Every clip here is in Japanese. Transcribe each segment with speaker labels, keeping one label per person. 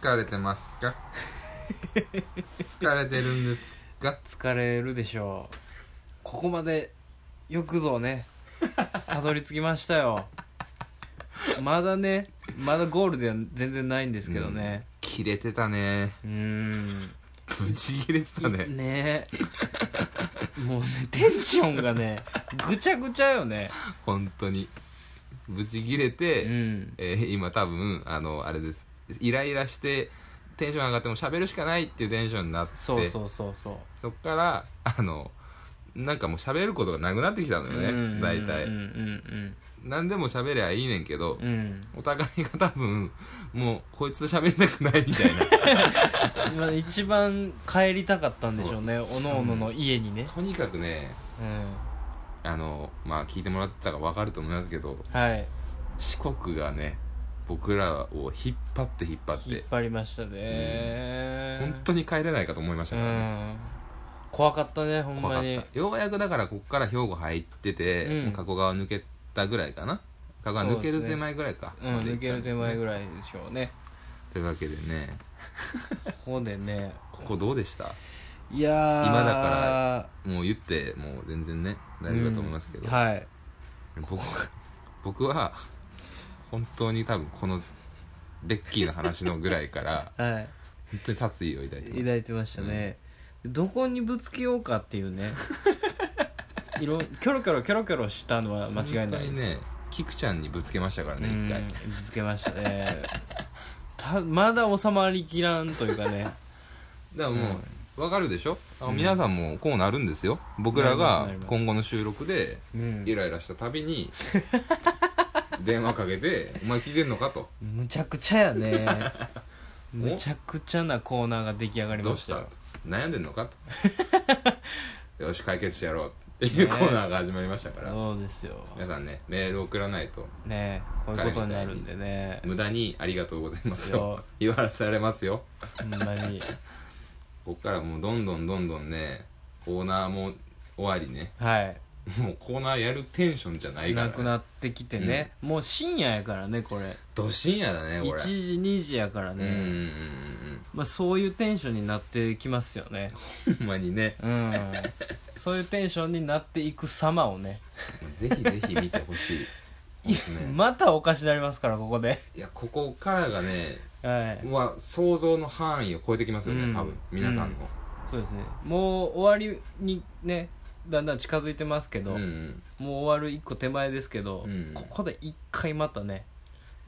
Speaker 1: 疲れてます か疲れてるんですか
Speaker 2: 疲れるでしょうここまでよくぞねたどり着きましたよまだねまだゴールでは全然ないんですけどね
Speaker 1: 切れてた ね
Speaker 2: うーん
Speaker 1: ぶち切れてたね
Speaker 2: ねえもうねテンションがねぐちゃぐちゃよね
Speaker 1: 本当にぶち切れ
Speaker 2: う
Speaker 1: て、
Speaker 2: ん
Speaker 1: えー今多分あのあれですイライラしてテンション上がっても喋るしかないっていうテンションになって
Speaker 2: そうそうそうそう
Speaker 1: そっからあのなんかもう喋ることがなくなってきたのよね、
Speaker 2: うん
Speaker 1: 大体、
Speaker 2: うんうん
Speaker 1: 何でも喋りゃいいねんけど、
Speaker 2: うんうん
Speaker 1: お互いが多分もうこいつと喋りたくないみたいな
Speaker 2: 今一番帰りたかったんでしょうね
Speaker 1: そう
Speaker 2: おのおのの家にね
Speaker 1: とにかくね
Speaker 2: うん
Speaker 1: あのまあ聞いてもらってたら分かると思いますけど
Speaker 2: はい
Speaker 1: 四国がね僕らを引っ張って引っ張っ
Speaker 2: 引って張りましたね
Speaker 1: 本当に帰れないかと思いました
Speaker 2: う
Speaker 1: からね、
Speaker 2: ん怖かったねほん
Speaker 1: 怖かっ
Speaker 2: まに
Speaker 1: たようやくだからこっから兵庫入ってて、
Speaker 2: うん
Speaker 1: もう加古川抜けたぐらいかな加古川抜け
Speaker 2: そう
Speaker 1: る
Speaker 2: ですね
Speaker 1: 手前ぐらいか、
Speaker 2: うん
Speaker 1: まで行っ
Speaker 2: 抜
Speaker 1: た
Speaker 2: け
Speaker 1: んで
Speaker 2: る
Speaker 1: すね
Speaker 2: 手前ぐらいでしょうね
Speaker 1: というわけでね
Speaker 2: ここでね
Speaker 1: ここどうでした
Speaker 2: いやー
Speaker 1: 今だかもう言ってもう全然ね大丈夫だと思いますけど、
Speaker 2: うんはい
Speaker 1: 僕は僕は本当に多分このベッキーの話のぐらいから
Speaker 2: はい
Speaker 1: 本当に殺意を抱いてます
Speaker 2: 抱いてましたね、どこにぶつけようかっていう ねいろキョロキョロキョロキョロしたのは間違いない
Speaker 1: 本
Speaker 2: で
Speaker 1: 当
Speaker 2: す
Speaker 1: にね菊ちゃんにぶつけましたからね
Speaker 2: うん
Speaker 1: 一回
Speaker 2: ぶつけましたねたまだ収まりきらんというかね
Speaker 1: だからもう、わかるでしょあの皆さんもこうなるんですよ僕らが
Speaker 2: なりますなります
Speaker 1: 今後の収録で
Speaker 2: うん
Speaker 1: イライラしたたび に電話かけて「お前聞いてんのか?」と
Speaker 2: むちゃくちゃやね むちゃくちゃなコーナーが出来上
Speaker 1: 「
Speaker 2: がり
Speaker 1: ど
Speaker 2: ま
Speaker 1: う
Speaker 2: し
Speaker 1: したた?
Speaker 2: よ」
Speaker 1: 悩んでんのか?」 と「よし解決してやろう」っていうコーナーが始まりましたから、
Speaker 2: そうですよ
Speaker 1: 皆さんねメール送らないと
Speaker 2: ねこういうことになるんでね
Speaker 1: 無駄に「ありがとうございますよ
Speaker 2: そ」
Speaker 1: 言わされますよ
Speaker 2: ほんま に
Speaker 1: こっからもうどんどんどんどんねコーナーも終わりね
Speaker 2: は
Speaker 1: もうコーナーやるテンションじゃない
Speaker 2: い
Speaker 1: から、
Speaker 2: な
Speaker 1: ね、
Speaker 2: くなってきてね、もう深夜やからねこれ
Speaker 1: ど深夜だねこれ
Speaker 2: 1時2時やから
Speaker 1: うんうんうん
Speaker 2: ね、まあ、そういうテンションになってきますよね
Speaker 1: うんほんまにね
Speaker 2: うん そういうテンションになっていく様をね
Speaker 1: ぜひぜひ見てほしい ね
Speaker 2: またおかしなりますからここで
Speaker 1: いやここからがね
Speaker 2: はい
Speaker 1: は想像の範囲を超えてきますよね、
Speaker 2: うん
Speaker 1: 多分皆さんの、
Speaker 2: そうですねもう終わりにねだんだん近づいてますけ
Speaker 1: う
Speaker 2: ど、
Speaker 1: んうん
Speaker 2: もう終わる一個手前ですけど、
Speaker 1: うん
Speaker 2: ここで一回またね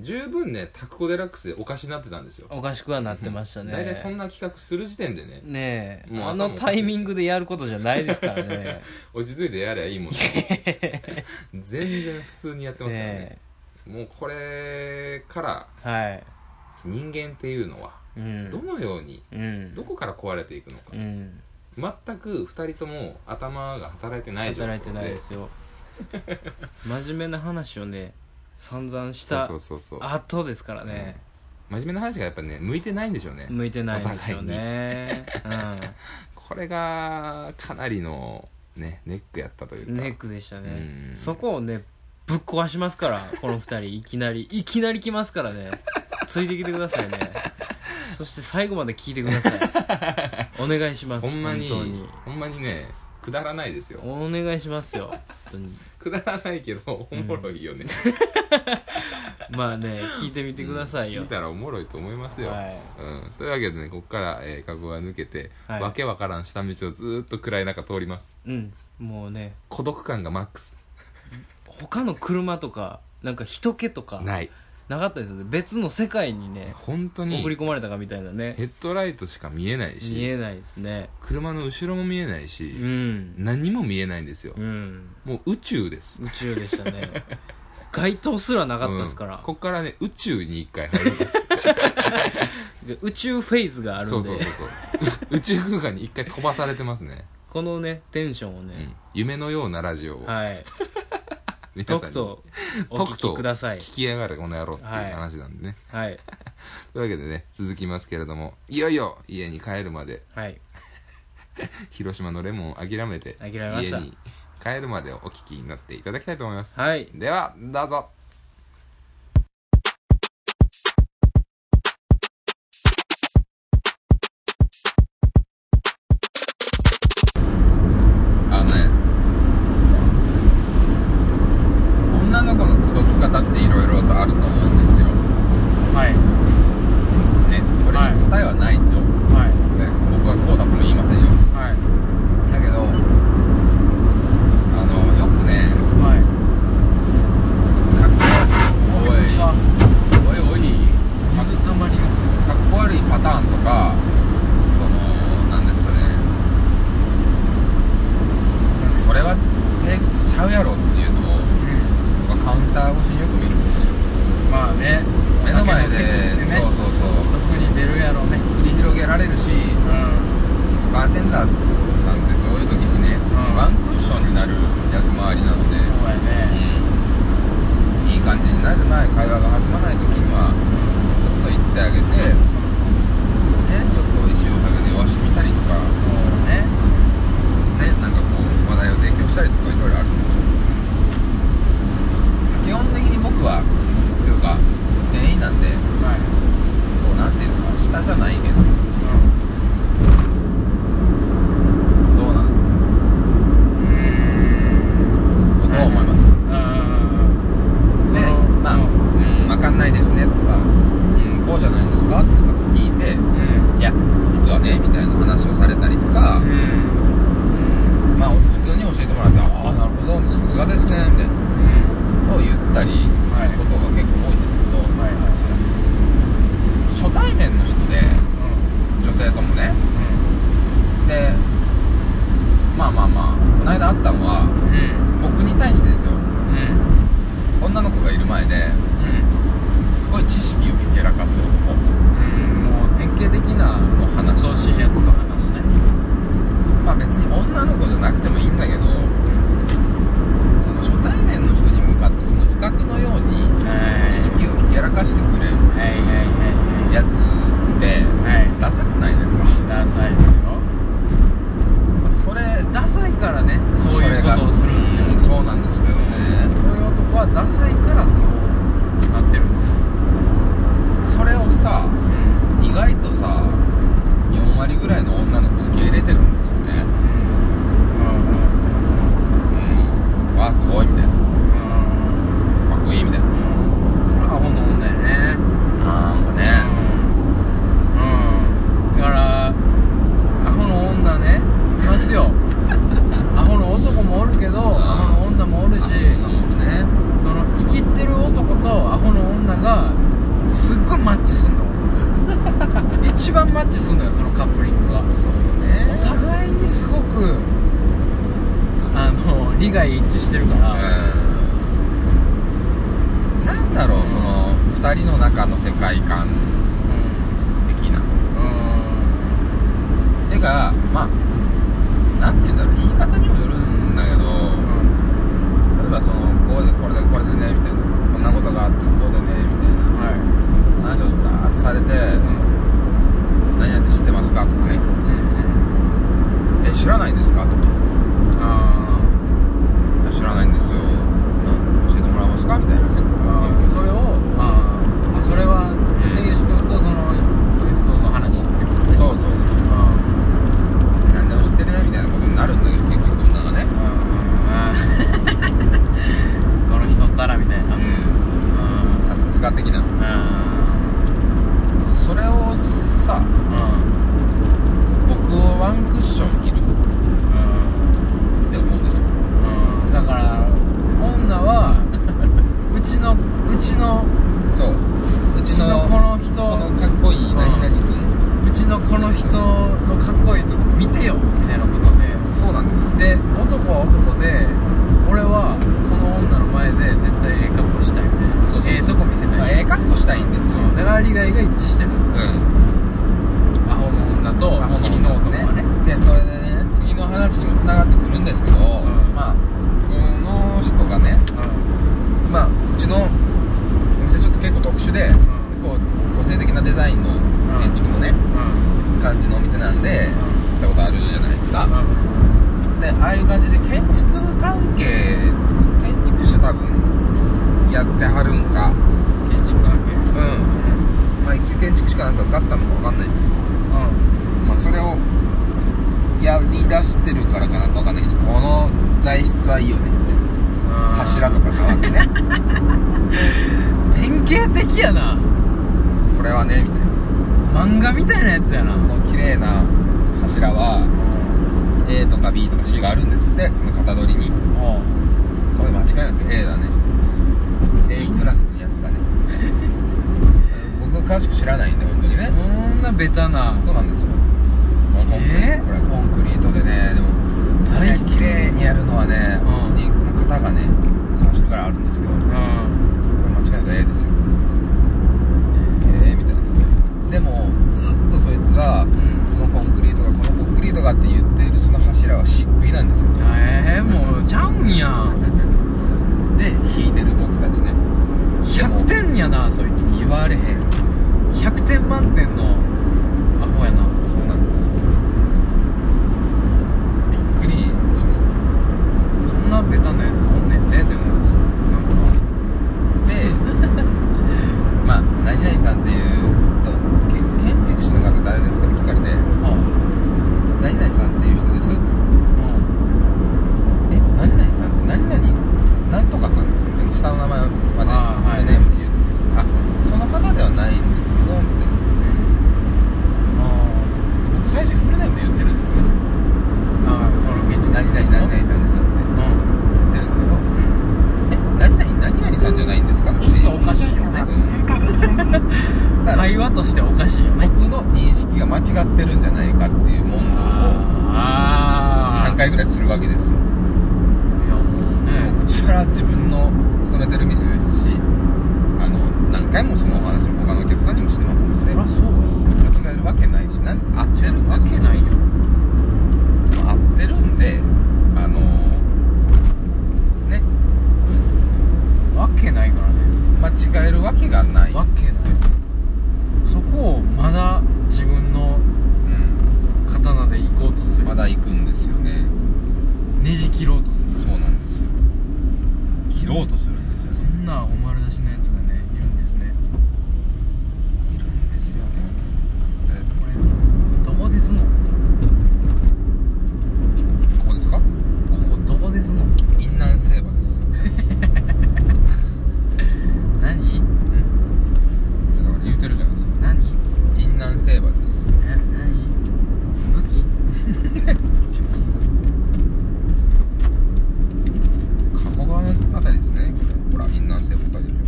Speaker 1: 十分ね「タクコ・デラックス」でおかしになってたんですよ
Speaker 2: おかしくはなってましたね、
Speaker 1: 大体そんな企画する時点でね
Speaker 2: ねえ
Speaker 1: もう
Speaker 2: あ
Speaker 1: 頭おか
Speaker 2: の
Speaker 1: しいです
Speaker 2: タイミングでやることじゃないですからね
Speaker 1: 落ち着いてやりゃいいもん 全然普通にやってますからね
Speaker 2: ね
Speaker 1: もうこれから
Speaker 2: えはい
Speaker 1: 人間っていうのは
Speaker 2: うん
Speaker 1: どのように、
Speaker 2: うん
Speaker 1: どこから壊れていくのか、
Speaker 2: うん
Speaker 1: 全く2人とも頭が働いてない状況で
Speaker 2: 働いてないですよ真面目な話をね散々した
Speaker 1: そうそうそうそう
Speaker 2: 後ですからね、
Speaker 1: 真面目な話がやっぱね向いてないんでしょうね
Speaker 2: 向いてないですよね、
Speaker 1: これがかなりのねネックやったという
Speaker 2: う
Speaker 1: か
Speaker 2: ん、ネックでしたね
Speaker 1: うん
Speaker 2: そこをねぶっ壊しますからこの二人 いきなりいきなり来ますからねついてきてくださいねそして最後まで聞いてくださ いお願いします
Speaker 1: ほんまに
Speaker 2: 本当に
Speaker 1: ほんまにねくだらないですよ
Speaker 2: お願いしますよ本当に
Speaker 1: くだらないけどおもろいよね、
Speaker 2: まあね聞いてみてくださいよ、
Speaker 1: 見たらおもろいと思いますよ、
Speaker 2: はい
Speaker 1: うん、というわけでねここから、えー、カゴが抜けて、
Speaker 2: はい
Speaker 1: わけわからん下道をずーっと暗い中通ります
Speaker 2: うんもうね
Speaker 1: 孤独感がマックス
Speaker 2: 他の車とかなんか人気とかな
Speaker 1: ない
Speaker 2: かったですよね別の世界にね
Speaker 1: 本当に
Speaker 2: 送り込まれたかみたいなね
Speaker 1: ヘッドライトしか見えない
Speaker 2: 見
Speaker 1: し
Speaker 2: えないですね
Speaker 1: 車の後ろも見えないし、
Speaker 2: うん
Speaker 1: 何も見えないんですよ
Speaker 2: う、ん
Speaker 1: もう宇宙です
Speaker 2: 宇宙でしたね街灯すらなかったですから、
Speaker 1: うんこっからね宇宙に一回入るんです
Speaker 2: で宇宙フェー ズがあるんで
Speaker 1: そうそうそうそう 宇宙空間に一回飛ばされてます ね、
Speaker 2: このねテンションを
Speaker 1: う
Speaker 2: ね、
Speaker 1: ん、夢のようなラジオを
Speaker 2: はい
Speaker 1: 皆さ
Speaker 2: と
Speaker 1: んに
Speaker 2: くとお聞きください
Speaker 1: 聞きやがれこの野郎っていう話なんでね、
Speaker 2: はい
Speaker 1: というわけでね続きますけれどもいよいよ家に帰るまで
Speaker 2: はい
Speaker 1: 広島のレモンを諦めて
Speaker 2: 諦めました
Speaker 1: 家に帰るまでをお聞きになっていただきたいと思います
Speaker 2: はい
Speaker 1: ではどうぞダーさんってそういう時にね、
Speaker 2: うん
Speaker 1: ワンクッションになる役回りなので、
Speaker 2: そうやね
Speaker 1: うんいい感じになる前会話が弾まない時にはちょっと言ってあげてねちょっと美味しいお酒でわしてみたりとか
Speaker 2: そうね
Speaker 1: ねなんかこう話題を提供したりとかいろいろあると思うんですよ基本的に僕はというか店員なんで
Speaker 2: はい
Speaker 1: こうなんていうんですか下じゃないけどどうなんですか
Speaker 2: うん
Speaker 1: こうどう思いますか
Speaker 2: うん
Speaker 1: ねまあ、う
Speaker 2: うん
Speaker 1: ん、分かんないですねとか、うん、こうじゃないんですかとかって聞いて
Speaker 2: うん
Speaker 1: いや実はねみたいな話をされたりとか、
Speaker 2: うん
Speaker 1: うんまあ普通に教えてもらってああなるほどさすがですねみたいなことを言ったりすることが結構多いんですけど、
Speaker 2: はいはいはい
Speaker 1: 初対面の人で
Speaker 2: うん
Speaker 1: 女性ともね
Speaker 2: う
Speaker 1: でまあまあまあこの間あったのは
Speaker 2: んうん
Speaker 1: 僕に対してですよ
Speaker 2: うん
Speaker 1: 女の子がいる前で
Speaker 2: うん
Speaker 1: すごい知識をひけらかす男
Speaker 2: うんもう典型的な
Speaker 1: の
Speaker 2: う
Speaker 1: 話
Speaker 2: っとうしいやつの話ね
Speaker 1: まあ別に女の子じゃなくてもいいんだけど
Speaker 2: うん
Speaker 1: その初対面の人に向かってその威嚇のように
Speaker 2: はい
Speaker 1: 知識をひけらかしてくれる
Speaker 2: はいはいはい
Speaker 1: やつって
Speaker 2: はいはい
Speaker 1: ダサくないですか
Speaker 2: ダサいですよ
Speaker 1: それ
Speaker 2: ダサいからねそういうことをするんです
Speaker 1: うんそ
Speaker 2: よ
Speaker 1: うなんですけどね
Speaker 2: そういう男はダサいからこうなってるんですよ
Speaker 1: それをさ
Speaker 2: うん
Speaker 1: 意外とさ4割ぐらいの女の子受け入れてるんですよねうんわあすごいみたいなかっこいいみたいななんかね
Speaker 2: だからアホの女ねいますよアホの男もおるけどアホの女もおるし
Speaker 1: 女の子ね
Speaker 2: その生きってる男とアホの女がすっごいマッチすんの一番マッチすんのよそのカップリングが
Speaker 1: そう
Speaker 2: お
Speaker 1: ね
Speaker 2: 互いにすごくあの利害一致してるから、
Speaker 1: うんなんだろうその2人の中の世界観的な
Speaker 2: うん
Speaker 1: てかまあなんて言うんだろう言い方にもよるんだけど例えばそのこうでこれでこれでねみたいなこんなことがあってこうでねみたい
Speaker 2: うん
Speaker 1: な
Speaker 2: はい
Speaker 1: 話をダーッとされて
Speaker 2: うん
Speaker 1: 何やって知ってますかとかね
Speaker 2: うん
Speaker 1: え知らないんですかとか
Speaker 2: うんあ
Speaker 1: いや知らないんですよな教えてもらえますかみたいなね
Speaker 2: ーあーそれをあーまあそれは根岸君とその鉄道の話ってことね
Speaker 1: そうそうそう
Speaker 2: あ
Speaker 1: 何でも知ってるねみたいなことになるんだけど結局女がね
Speaker 2: ーあーこの人ったらみたいな、
Speaker 1: う
Speaker 2: あ
Speaker 1: んさすが的な
Speaker 2: ーあ
Speaker 1: それをさ
Speaker 2: ーうん
Speaker 1: 僕をワンクッションいる
Speaker 2: うん
Speaker 1: って思うんですよ
Speaker 2: うんだから女はうちのうちの
Speaker 1: そううちの
Speaker 2: うちのこの人
Speaker 1: このかっこいい何々君
Speaker 2: うちのこの人のかっこいいとこ見てよみたいなこと
Speaker 1: そうなんですよ
Speaker 2: でで男は男で俺はこの女の前で絶対ええ格好したいみたいな
Speaker 1: そうそうそう
Speaker 2: ええとこ見せたい、
Speaker 1: まあええ格好したいんですよ
Speaker 2: うんだから利害が一致してるんですよ、
Speaker 1: う
Speaker 2: アホの女と
Speaker 1: アホの
Speaker 2: 霧の男
Speaker 1: 女
Speaker 2: はね
Speaker 1: ねでそれでね次の話にもつながってくるんですけど、
Speaker 2: ん
Speaker 1: まあその人がね
Speaker 2: うん
Speaker 1: まあうちのお店ちょっと結構特殊で、
Speaker 2: ん
Speaker 1: 結構個性的なデザインの建築のね、
Speaker 2: うん
Speaker 1: 感じのお店なんで、来たことあるじゃないですか、
Speaker 2: うん
Speaker 1: でああいう感じで建築関係建築士多分やってはるんか
Speaker 2: 建築関係
Speaker 1: うんまあ一級建築士かなんか受かったのか分かんないですけど
Speaker 2: う
Speaker 1: まあ、それをやり出してるからかなんかわかんないけどこの材質はいいよねって
Speaker 2: んうん
Speaker 1: 柱とか触って ね
Speaker 2: 典型的やな
Speaker 1: これはねみたいな
Speaker 2: 漫画みたいなやつやな
Speaker 1: この綺麗な柱は A とか B とか C があるんですってその型取りに
Speaker 2: おう
Speaker 1: これ間違いなく A だね A クラスのやつ だね僕は詳しく知らないんで本当にね
Speaker 2: こんなベタな
Speaker 1: そうなんですよコンクリ
Speaker 2: えー
Speaker 1: これコンクリートでねでも
Speaker 2: 材質
Speaker 1: これ綺麗にやるのはね
Speaker 2: うん
Speaker 1: 本当にこの型がね3種類からいあるんですけどこ
Speaker 2: う
Speaker 1: れ
Speaker 2: ん
Speaker 1: 間違いなく A ですよええみたいなでもずっとそいつがこのコンクリートがこのコンクリートルガって言っているその柱は漆喰なんですよ
Speaker 2: えー、もうちゃうんやん
Speaker 1: で弾いてる僕たちね
Speaker 2: 100点やなそいつ
Speaker 1: 言われへん
Speaker 2: 100点満点のアホやな
Speaker 1: そうなんですよびっくりしま
Speaker 2: そんなベタなやつおんねん
Speaker 1: ね
Speaker 2: ね
Speaker 1: でも
Speaker 2: なんか
Speaker 1: で まあ何々さんっていうとけ建築士の方誰ですかって聞かれて
Speaker 2: あ
Speaker 1: 何々さんっていう人ですっつって
Speaker 2: うん
Speaker 1: え何々さんって何々なんとかさんですかね下の名前まで
Speaker 2: あーは
Speaker 1: ペ
Speaker 2: い
Speaker 1: ンネームで言ってあその方ではないんですけどみたいなああ僕最初にフルネームで言ってるんですよね
Speaker 2: あその現状
Speaker 1: 何々何々さんですって
Speaker 2: う
Speaker 1: 言っ
Speaker 2: ん
Speaker 1: てるんですけどえ何々何々さんじゃないんですかっていう
Speaker 2: おかしいよね
Speaker 3: 通過できません。
Speaker 1: だから
Speaker 2: 会話としておかしいよね
Speaker 1: 僕の認識が間違ってるんじゃないかっていう問答を
Speaker 2: あ
Speaker 1: 3回ぐらいするわけですよ
Speaker 2: いやもう
Speaker 1: もう
Speaker 2: ね
Speaker 1: こちらは自分の勤めてる店ですしあの何回もそのお話も他のお客さんにもしてますの
Speaker 2: そ
Speaker 1: で
Speaker 2: りゃそう
Speaker 1: 間違えるわけないし何合ってるんです
Speaker 2: 間違えないよ
Speaker 1: まあ合ってるんであのね
Speaker 2: やわけないからね
Speaker 1: 間違えるわけがない
Speaker 2: わけすよそこをまだ自分
Speaker 1: う
Speaker 2: の
Speaker 1: ん、
Speaker 2: 刀で行こうとする
Speaker 1: まだ行くんですよね
Speaker 2: ねじ切ろうとする
Speaker 1: そうなんですよ切ろうとするんです
Speaker 2: そ
Speaker 1: よね
Speaker 2: んなお丸出しのやつがねいるんですね
Speaker 1: いるんですよね
Speaker 2: これどこですのこ
Speaker 1: えここですか
Speaker 2: こどこですの
Speaker 1: インナンセーバーです
Speaker 2: 何
Speaker 1: だから言うてるじゃないですか
Speaker 2: 何
Speaker 1: インナンセーバーです
Speaker 2: な何武器
Speaker 1: 加古川のあたりですねほらインナンセーバーって書いてるよ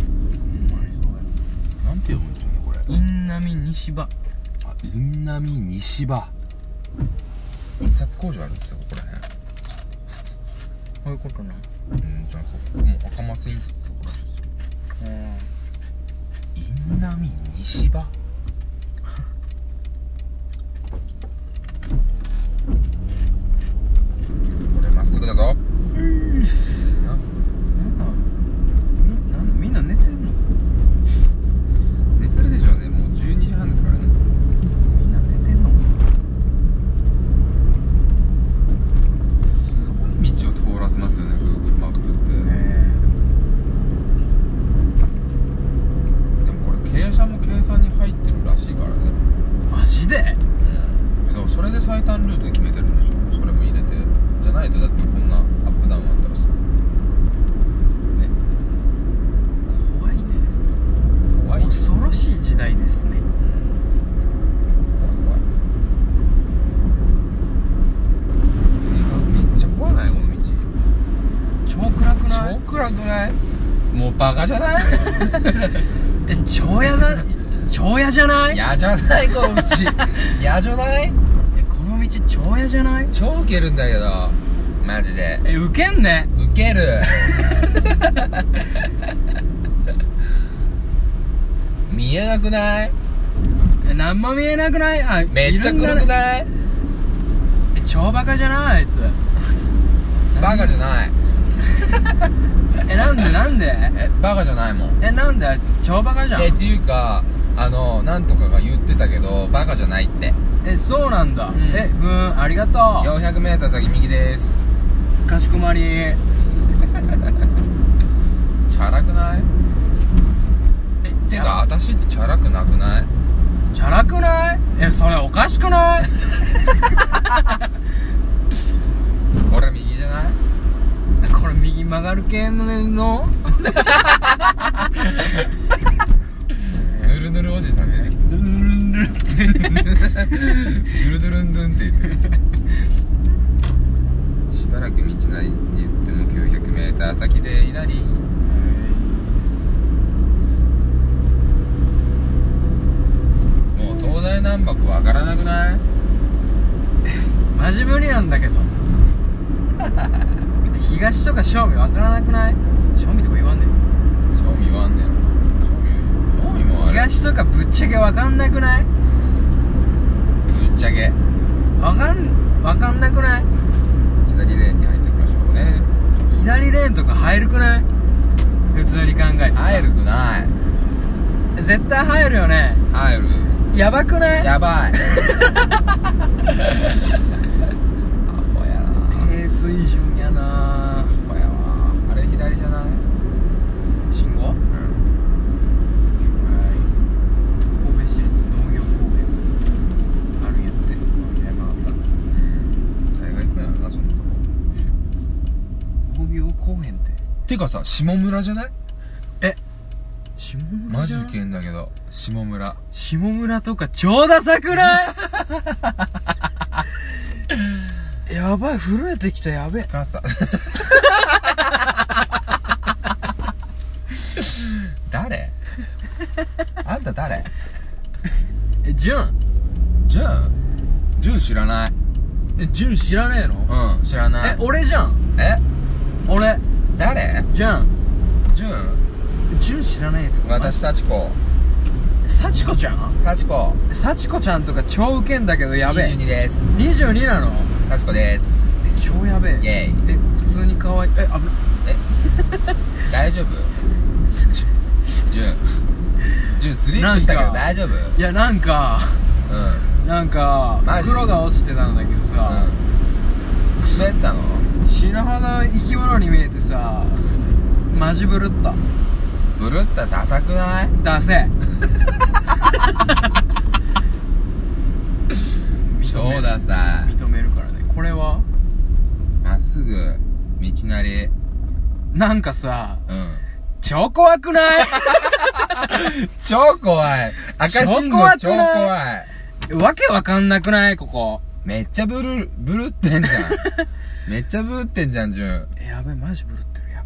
Speaker 1: なんて読むんでしょうねこれ
Speaker 2: インナミ西場
Speaker 1: あインナミ西場印刷工場あるんですよここら
Speaker 2: こういうことな
Speaker 1: 辺うんじゃあここも赤松印刷ところらしいですよ
Speaker 2: うん
Speaker 1: インナミ西場これまっすぐだぞ
Speaker 2: うっすななんだみなんみんな寝てんの
Speaker 1: 寝てるでしょうねもう12時半ですからね
Speaker 2: みんな寝てんの
Speaker 1: すごい道を通らせますよね Google マップって、
Speaker 2: え
Speaker 1: でもこれ傾斜も計算に入ってるらしいからね
Speaker 2: ー、マジで
Speaker 1: うんでもそれで最短ルート決めてるんでしょそれも入れてじゃないとだってこんなアップダウンあったらさね
Speaker 2: 怖いね
Speaker 1: 怖いよ
Speaker 2: 恐ろしい時代ですね
Speaker 1: 怖い怖いえーめっちゃ怖ないこの道
Speaker 2: 超暗くない
Speaker 1: 超暗くないもうバカじゃない
Speaker 2: え超やだ 超やじゃない
Speaker 1: 嫌じゃないこの道嫌じゃない
Speaker 2: えこの道超やじゃない
Speaker 1: 超ウケるんだけどマジで
Speaker 2: えウケんね
Speaker 1: ウケる見えなくない
Speaker 2: え何も見えなくないあ
Speaker 1: めっちゃ
Speaker 2: いるんだ
Speaker 1: 黒
Speaker 2: ね
Speaker 1: くない
Speaker 2: え超バカじゃないあいつ
Speaker 1: バカじゃない
Speaker 2: えなんでなんで
Speaker 1: えバカじゃないもん
Speaker 2: えなんであいつ超バカじゃん
Speaker 1: えっていうかあのなんとかが言ってたけどバカじゃないって
Speaker 2: えそうなんだ、
Speaker 1: ん
Speaker 2: えぐーんありがと
Speaker 1: 400m 先右です
Speaker 2: うかしこまりえ
Speaker 1: チャラくないてか私ってチャラくなくない
Speaker 2: チャラくないえそれおかしくない
Speaker 1: 俺右じゃない
Speaker 2: えこれ右曲がる系の
Speaker 1: ぬるぬるおじさん出てきた
Speaker 2: ルンルンルンって
Speaker 1: ドゥルドゥルンドゥンって言ってる しばらく道なりって言っても 900m 先で左もう東大南北わからなくない
Speaker 2: マジ無理な んだけど東とか正味わからなくない正味とか言わんねん
Speaker 1: 正味わんねんな正味正味もあれ
Speaker 2: 東とかぶっちゃけわかんなくない
Speaker 1: ぶっちゃけ
Speaker 2: わかん分かんなくない
Speaker 1: 左レーンに入っていきましょうね
Speaker 2: 左レーンとか入るくない普通に考えてさ
Speaker 1: 入るくない
Speaker 2: 絶対入るよね
Speaker 1: 入る
Speaker 2: やばくない
Speaker 1: やばいアホやな
Speaker 2: 低水準やな
Speaker 1: アホやわあれ左じゃない
Speaker 2: 信号
Speaker 1: うん
Speaker 2: 神戸市立農業公園あるんやって左曲がったら
Speaker 1: 大概行くんやろなそんなとこ
Speaker 2: 農業公園って
Speaker 1: てかさ下村じゃない
Speaker 2: 下村
Speaker 1: マジ
Speaker 2: じゃん
Speaker 1: けんだけど下村
Speaker 2: 下村とか超ダサくない やばい震えてきたやべえ
Speaker 1: つかさ 誰あんた誰
Speaker 2: えジュン
Speaker 1: ジュンジュン知らない
Speaker 2: えジュン知らねえの
Speaker 1: うん知らない
Speaker 2: え俺じゃん
Speaker 1: え
Speaker 2: 俺
Speaker 1: 誰
Speaker 2: じゃん
Speaker 1: ジュン
Speaker 2: ジュン知らねえとか
Speaker 1: 私幸子
Speaker 2: 幸子ちゃん
Speaker 1: 幸子
Speaker 2: 幸子ちゃんとか超ウケんだけどやべえ
Speaker 1: 22です
Speaker 2: 22なの
Speaker 1: 幸子です
Speaker 2: え超やべ
Speaker 1: イ
Speaker 2: え
Speaker 1: エイ
Speaker 2: え普通に可愛いえあぶ
Speaker 1: え大丈夫ジュンジュンスリップしたけ
Speaker 2: な
Speaker 1: ど
Speaker 2: んか
Speaker 1: 大丈夫うん
Speaker 2: いやなんかなんか
Speaker 1: マジ
Speaker 2: 袋が落ちてたんだけどさ、
Speaker 1: うん滑ったの
Speaker 2: 死ぬほど生き物に見えてさマジブルった
Speaker 1: ブルったダサくない
Speaker 2: ダセ
Speaker 1: そうださ
Speaker 2: 認めるからねこれは
Speaker 1: まっすぐ道なり
Speaker 2: なんかさ
Speaker 1: うん
Speaker 2: 超怖くない
Speaker 1: 超怖い赤信号
Speaker 2: 超
Speaker 1: 超
Speaker 2: 怖くない
Speaker 1: 怖い
Speaker 2: わけわかんなくないここ
Speaker 1: めっちゃブルブルってんじ ゃんめっちゃブルってんじゃんジュン
Speaker 2: えやべえマジブルってるや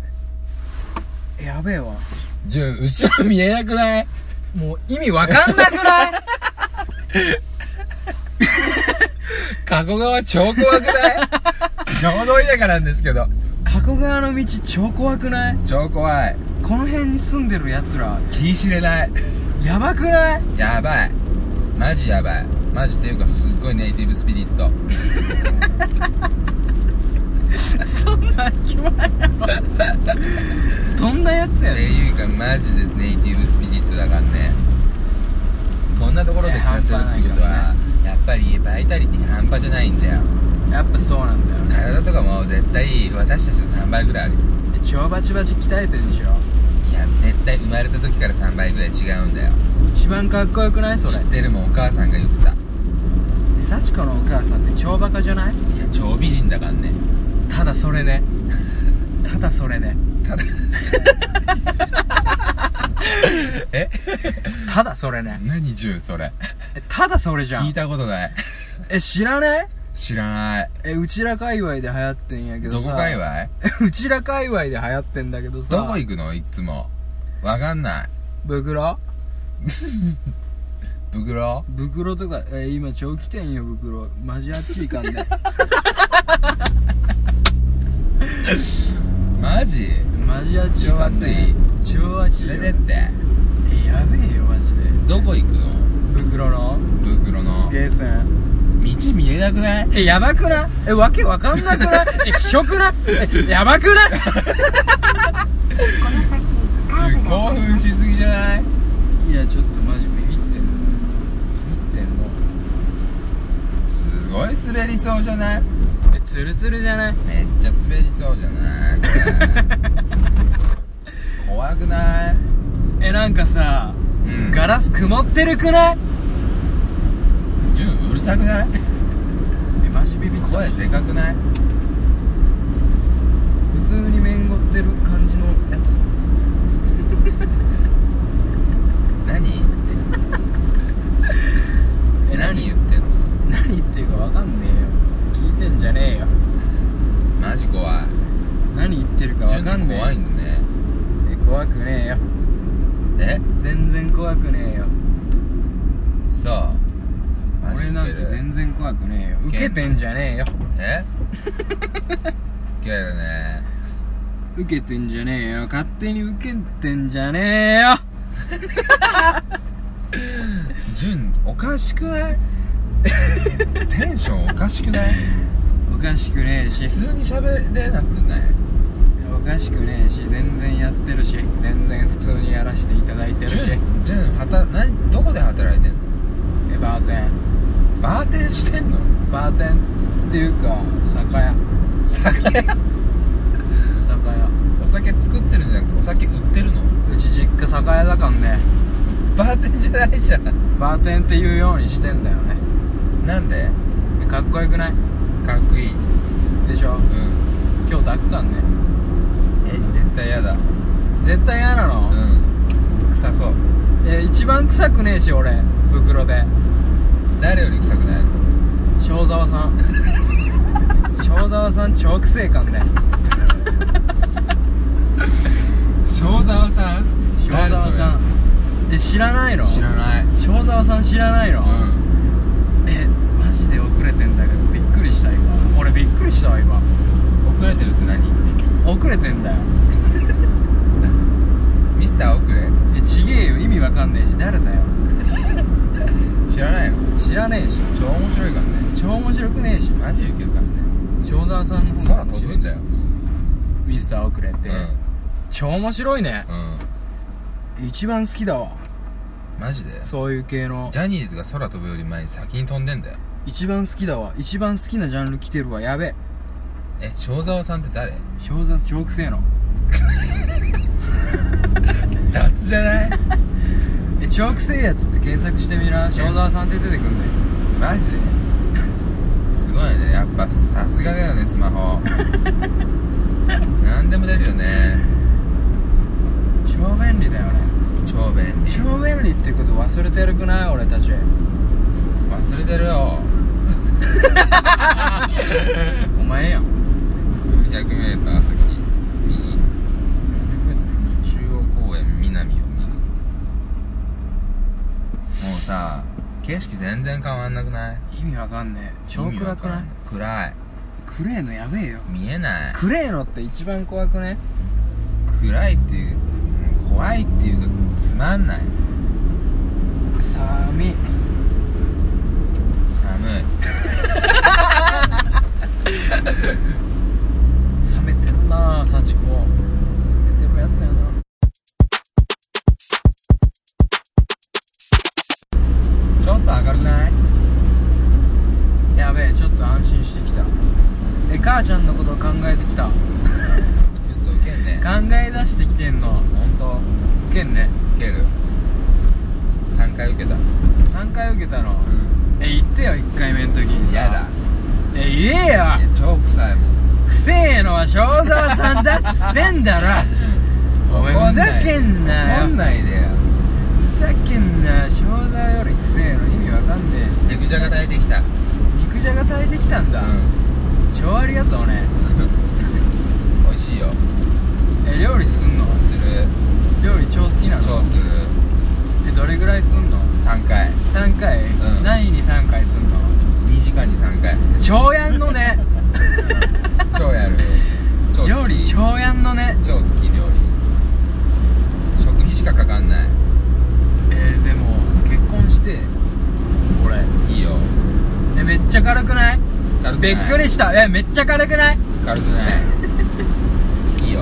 Speaker 2: べえやべえわ
Speaker 1: ジュン後ろ見えなくない
Speaker 2: もう意味わかんなくない
Speaker 1: 加古川超怖くない ちょうどいいだからなんですけど
Speaker 2: 加古川の道超怖くない
Speaker 1: 超怖い
Speaker 2: この辺に住んでる奴ら
Speaker 1: 気知れない
Speaker 2: やばくない
Speaker 1: やばいマジやばいマジっていうかすっごいネイティブスピリット
Speaker 2: そんな暇 やろどんなやつや
Speaker 1: って
Speaker 2: ねん
Speaker 1: いうかマジでネイティブスピリットだからねこんなところで感するってことは、やっぱりバイタリティ半端じゃないんだよ
Speaker 2: やっぱそうなんだよね
Speaker 1: 体とかも絶対私たちの3倍ぐらいあるよ
Speaker 2: で超バチバチ鍛えてるでしょ
Speaker 1: いや絶対生まれた時から3倍ぐらい違うんだよ
Speaker 2: 一番かっこよくないそれ
Speaker 1: 知ってるもんお母さんが言ってたい
Speaker 2: で幸子のお母さんって超バカじゃない
Speaker 1: や超美人だからね
Speaker 2: ただそれね ただそれね
Speaker 1: た だえ
Speaker 2: ただそれね
Speaker 1: 何10それ
Speaker 2: えただそれじゃ
Speaker 1: 聞い
Speaker 2: ん
Speaker 1: たことない
Speaker 2: え知らない
Speaker 1: 知らない
Speaker 2: えうちら界隈で流行ってんやけど
Speaker 1: ど
Speaker 2: さ
Speaker 1: こ界隈
Speaker 2: うちら界隈で流行ってんだけどさ
Speaker 1: どこ行くのいっつもわかんない
Speaker 2: ブクロ
Speaker 1: ブクロ
Speaker 2: ブクロとか、えー今超来てんよブクロマジあっちいかんね
Speaker 1: マジ
Speaker 2: マジあっちいかんね超熱い
Speaker 1: そ
Speaker 2: よ
Speaker 1: れでって
Speaker 2: えやべえよマジで
Speaker 1: どこ行くの
Speaker 2: ブクロの
Speaker 1: ブクロの
Speaker 2: ゲーセン
Speaker 1: 道見えなくない
Speaker 2: え、やばくないえ、わけわかんなくないえ、気色ないえ、やばくない
Speaker 3: この先カーブが
Speaker 1: 興奮しすぎじゃない
Speaker 2: いや、ちょっとマジビビってんの。ビビってんの。
Speaker 1: すごい滑りそうじゃない
Speaker 2: え、ツルツルじゃない
Speaker 1: めっちゃ滑りそうじゃないこれ 怖くない
Speaker 2: え、なんかさ、
Speaker 1: うん
Speaker 2: ガラス曇ってるくない
Speaker 1: ジュンうるさくない
Speaker 2: え、マジビビった。
Speaker 1: 声でかくない
Speaker 2: 普通に面ごってる感じのやつ。
Speaker 1: 何
Speaker 2: え、
Speaker 1: 何
Speaker 2: 何
Speaker 1: 言ってんの
Speaker 2: 何言ってるかわかんねえよ。聞いてんじゃねえよ。
Speaker 1: マジ怖い
Speaker 2: 何言ってるか
Speaker 1: ジ
Speaker 2: わ
Speaker 1: ュ
Speaker 2: か
Speaker 1: ンって
Speaker 2: んねえ。
Speaker 1: 怖いんだね
Speaker 2: え、怖くねえよ。
Speaker 1: え
Speaker 2: 全然怖くねえよ。
Speaker 1: そうマジ
Speaker 2: 俺なんて全然怖くねえよ。
Speaker 1: ウ
Speaker 2: ウ
Speaker 1: ケる
Speaker 2: ケてんじゃねえよ。
Speaker 1: えウケるね
Speaker 2: 受けてんじゃねえよ勝手に受けてんじゃねえよ
Speaker 1: ジュンおかしくないテンションおかしくない
Speaker 2: おかしくねえしい
Speaker 1: 普通に喋れなくない
Speaker 2: やおかしくねえし全然やってるし全然普通にやらせていただいてるし
Speaker 1: 純純はた何どこで働いてんの
Speaker 2: えバーテン
Speaker 1: バーテンしてんの
Speaker 2: バーテンっていうか酒屋
Speaker 1: 酒屋
Speaker 2: 酒屋
Speaker 1: お酒作ってるんじゃなくてお酒売ってるの
Speaker 2: うち実家酒屋だかんね
Speaker 1: バーテンじゃないじゃん
Speaker 2: バーテンっていうようにしてんだよね
Speaker 1: なんで
Speaker 2: えかっこよくない
Speaker 1: かっこいい
Speaker 2: でしょ
Speaker 1: うん
Speaker 2: 今日抱くかんね
Speaker 1: え絶対嫌だ
Speaker 2: 絶対嫌な
Speaker 1: う
Speaker 2: の、
Speaker 1: ん臭そう
Speaker 2: え一番臭くねえし俺袋で
Speaker 1: 誰より臭くないの
Speaker 2: 正沢さ ん正沢さん超臭えかんね
Speaker 1: 正沢さん
Speaker 2: 正沢さんえ知らないの
Speaker 1: 誰それ知らない
Speaker 2: 正沢さん知らないの、
Speaker 1: うん
Speaker 2: えマジで遅れてんだけどびっくりした今俺びっくりしたわ今
Speaker 1: 遅れてるって何
Speaker 2: 遅れてんだよ
Speaker 1: ミスター遅れ
Speaker 2: えちげえよ意味わかんねえし誰だよ
Speaker 1: 知らないの
Speaker 2: 知らねえし
Speaker 1: 超面白いからね
Speaker 2: 超面白くねえし
Speaker 1: マジウケるからね
Speaker 2: 正沢さんの方
Speaker 1: 空
Speaker 2: が
Speaker 1: 飛
Speaker 2: 面白
Speaker 1: ぶ
Speaker 2: い
Speaker 1: んだよ
Speaker 2: ミスター遅れて、超面白いね
Speaker 1: うんうん
Speaker 2: 一番好きだわ
Speaker 1: マジで
Speaker 2: そういう系の
Speaker 1: ジャニーズが空飛ぶより前に先に飛んでんだよ
Speaker 2: 一番好きだわ一番好きなジャンル来てるわやべ
Speaker 1: え正沢さんって誰
Speaker 2: 正座超くせえの
Speaker 1: 雑じゃない
Speaker 2: え超くせえやつって検索してみな正沢さんって出てくんね
Speaker 1: マジですごいねやっぱさすがだよねスマ ホ何でも出るよね
Speaker 2: 超便利だよね
Speaker 1: 超便利
Speaker 2: 超便利っていうこと忘れてるくない俺たち
Speaker 1: 忘れてるよ
Speaker 2: お前やん
Speaker 1: 400m 先右中央公園南を右もうさ景色全然変わんなくない
Speaker 2: 意味わかんねえ超
Speaker 1: 意味
Speaker 2: 暗
Speaker 1: わ
Speaker 2: く
Speaker 1: か
Speaker 2: ない
Speaker 1: ん暗い
Speaker 2: 暗えのやべえよ
Speaker 1: 見えない
Speaker 2: 暗えのって一番怖くね
Speaker 1: 暗いっていううん怖いっていうかつまんない
Speaker 2: 寒い
Speaker 1: 寒い
Speaker 2: 冷めてんな幸子冷めてるやつやな
Speaker 1: ちょっと明るくない
Speaker 2: やべえちょっと安心してきたえ母ちゃんのことを考えてきた考
Speaker 1: 嘘いけんね
Speaker 2: え出してきてんの
Speaker 1: 本当
Speaker 2: ウケんね
Speaker 1: 受ける3回受けた
Speaker 2: 3回受けたのえ言ってよ1回目の時にさ
Speaker 1: やだ
Speaker 2: え言えよ
Speaker 1: いや超臭いもん
Speaker 2: くせえのは正沢さんだっつってんだろお前ふざけんな
Speaker 1: 怒
Speaker 2: よ
Speaker 1: んないでよ
Speaker 2: ふざけんなよ正沢よりくせえの意味わかんねえし
Speaker 1: 肉じゃが炊いてきた
Speaker 2: 肉じゃが炊いてきたんだ、
Speaker 1: う
Speaker 2: 超ありがとうね
Speaker 1: ん美味しいよ
Speaker 2: え料理すんの
Speaker 1: する
Speaker 2: 料理超好きなの
Speaker 1: 超する
Speaker 2: えどれぐらいすんの
Speaker 1: 3回
Speaker 2: 3回、
Speaker 1: うん
Speaker 2: 何に3回すんの
Speaker 1: 2時間に3回
Speaker 2: 超やんのね
Speaker 1: 超 やる超好き
Speaker 2: 料理超やんのね
Speaker 1: 超好き料理食費しかかかんない
Speaker 2: えー、でも結婚して俺
Speaker 1: いいよ
Speaker 2: えめっちゃ軽くない
Speaker 1: 軽くな
Speaker 2: び
Speaker 1: い
Speaker 2: っくりしたえめっちゃ軽くない
Speaker 1: 軽くないいいよ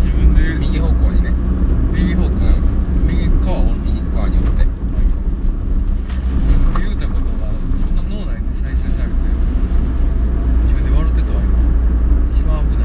Speaker 2: 自分で
Speaker 1: 右方向にね
Speaker 2: 右方向右側を
Speaker 1: 右側に折って
Speaker 2: 言うたことがこの脳内で再生されて自分で笑ってたわ今一番危ない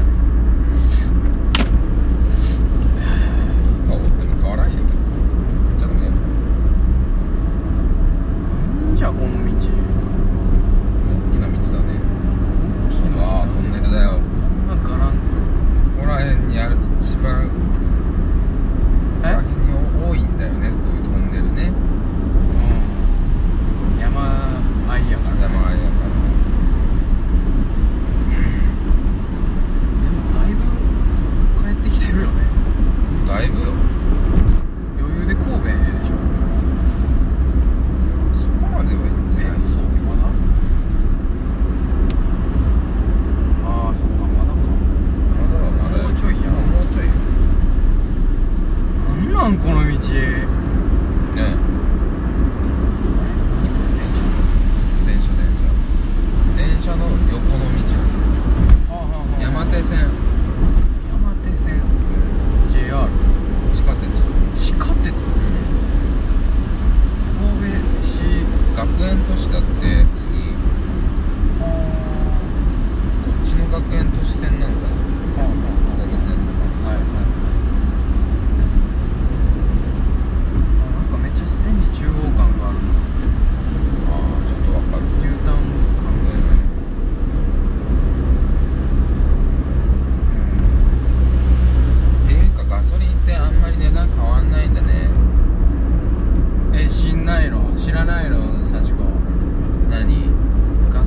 Speaker 2: だよ